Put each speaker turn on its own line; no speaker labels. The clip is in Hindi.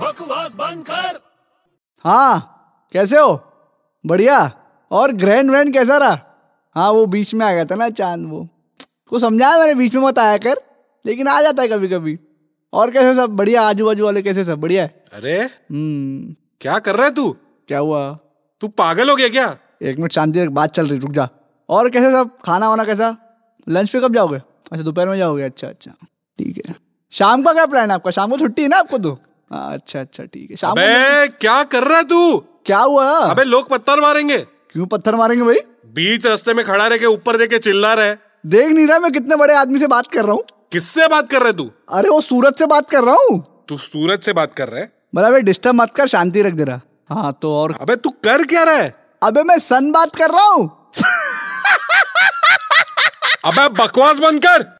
बकवास बंद कर
हाँ कैसे हो बढ़िया और ग्रैंड व्रैंड कैसा रहा हाँ वो बीच में आ गया था ना चांद वो को समझाया मैंने बीच में मत आया कर लेकिन आ जाता है कभी कभी और कैसे सब बढ़िया आजू बाजू वाले कैसे सब बढ़िया है
अरे
हम्म
क्या कर रहा है तू
क्या हुआ
तू पागल हो गया क्या
एक मिनट शांति से बात चल रही रुक जा और कैसे सब खाना वाना कैसा लंच पे कब जाओगे अच्छा दोपहर में जाओगे अच्छा अच्छा ठीक है शाम का क्या प्लान है आपका शाम को छुट्टी है ना आपको तो हाँ, अच्छा अच्छा ठीक है शाम को
अबे क्या कर रहा है तू
क्या हुआ
अबे लोग पत्थर मारेंगे
क्यों पत्थर मारेंगे भाई
बीच रास्ते में खड़ा रह के ऊपर देख के चिल्ला रहा है
देख नहीं रहा मैं कितने बड़े आदमी से बात कर रहा हूँ
किससे बात कर रहा है तू
अरे वो सूरज से बात कर रहा हूँ
तू सूरज से बात कर रहा है
बराबर डिस्टर्ब मत कर शांति रख दे रहा हाँ तो और
अबे तू कर क्या रहा है
अबे मैं सन बात कर रहा हूँ
अबे बकवास बंद कर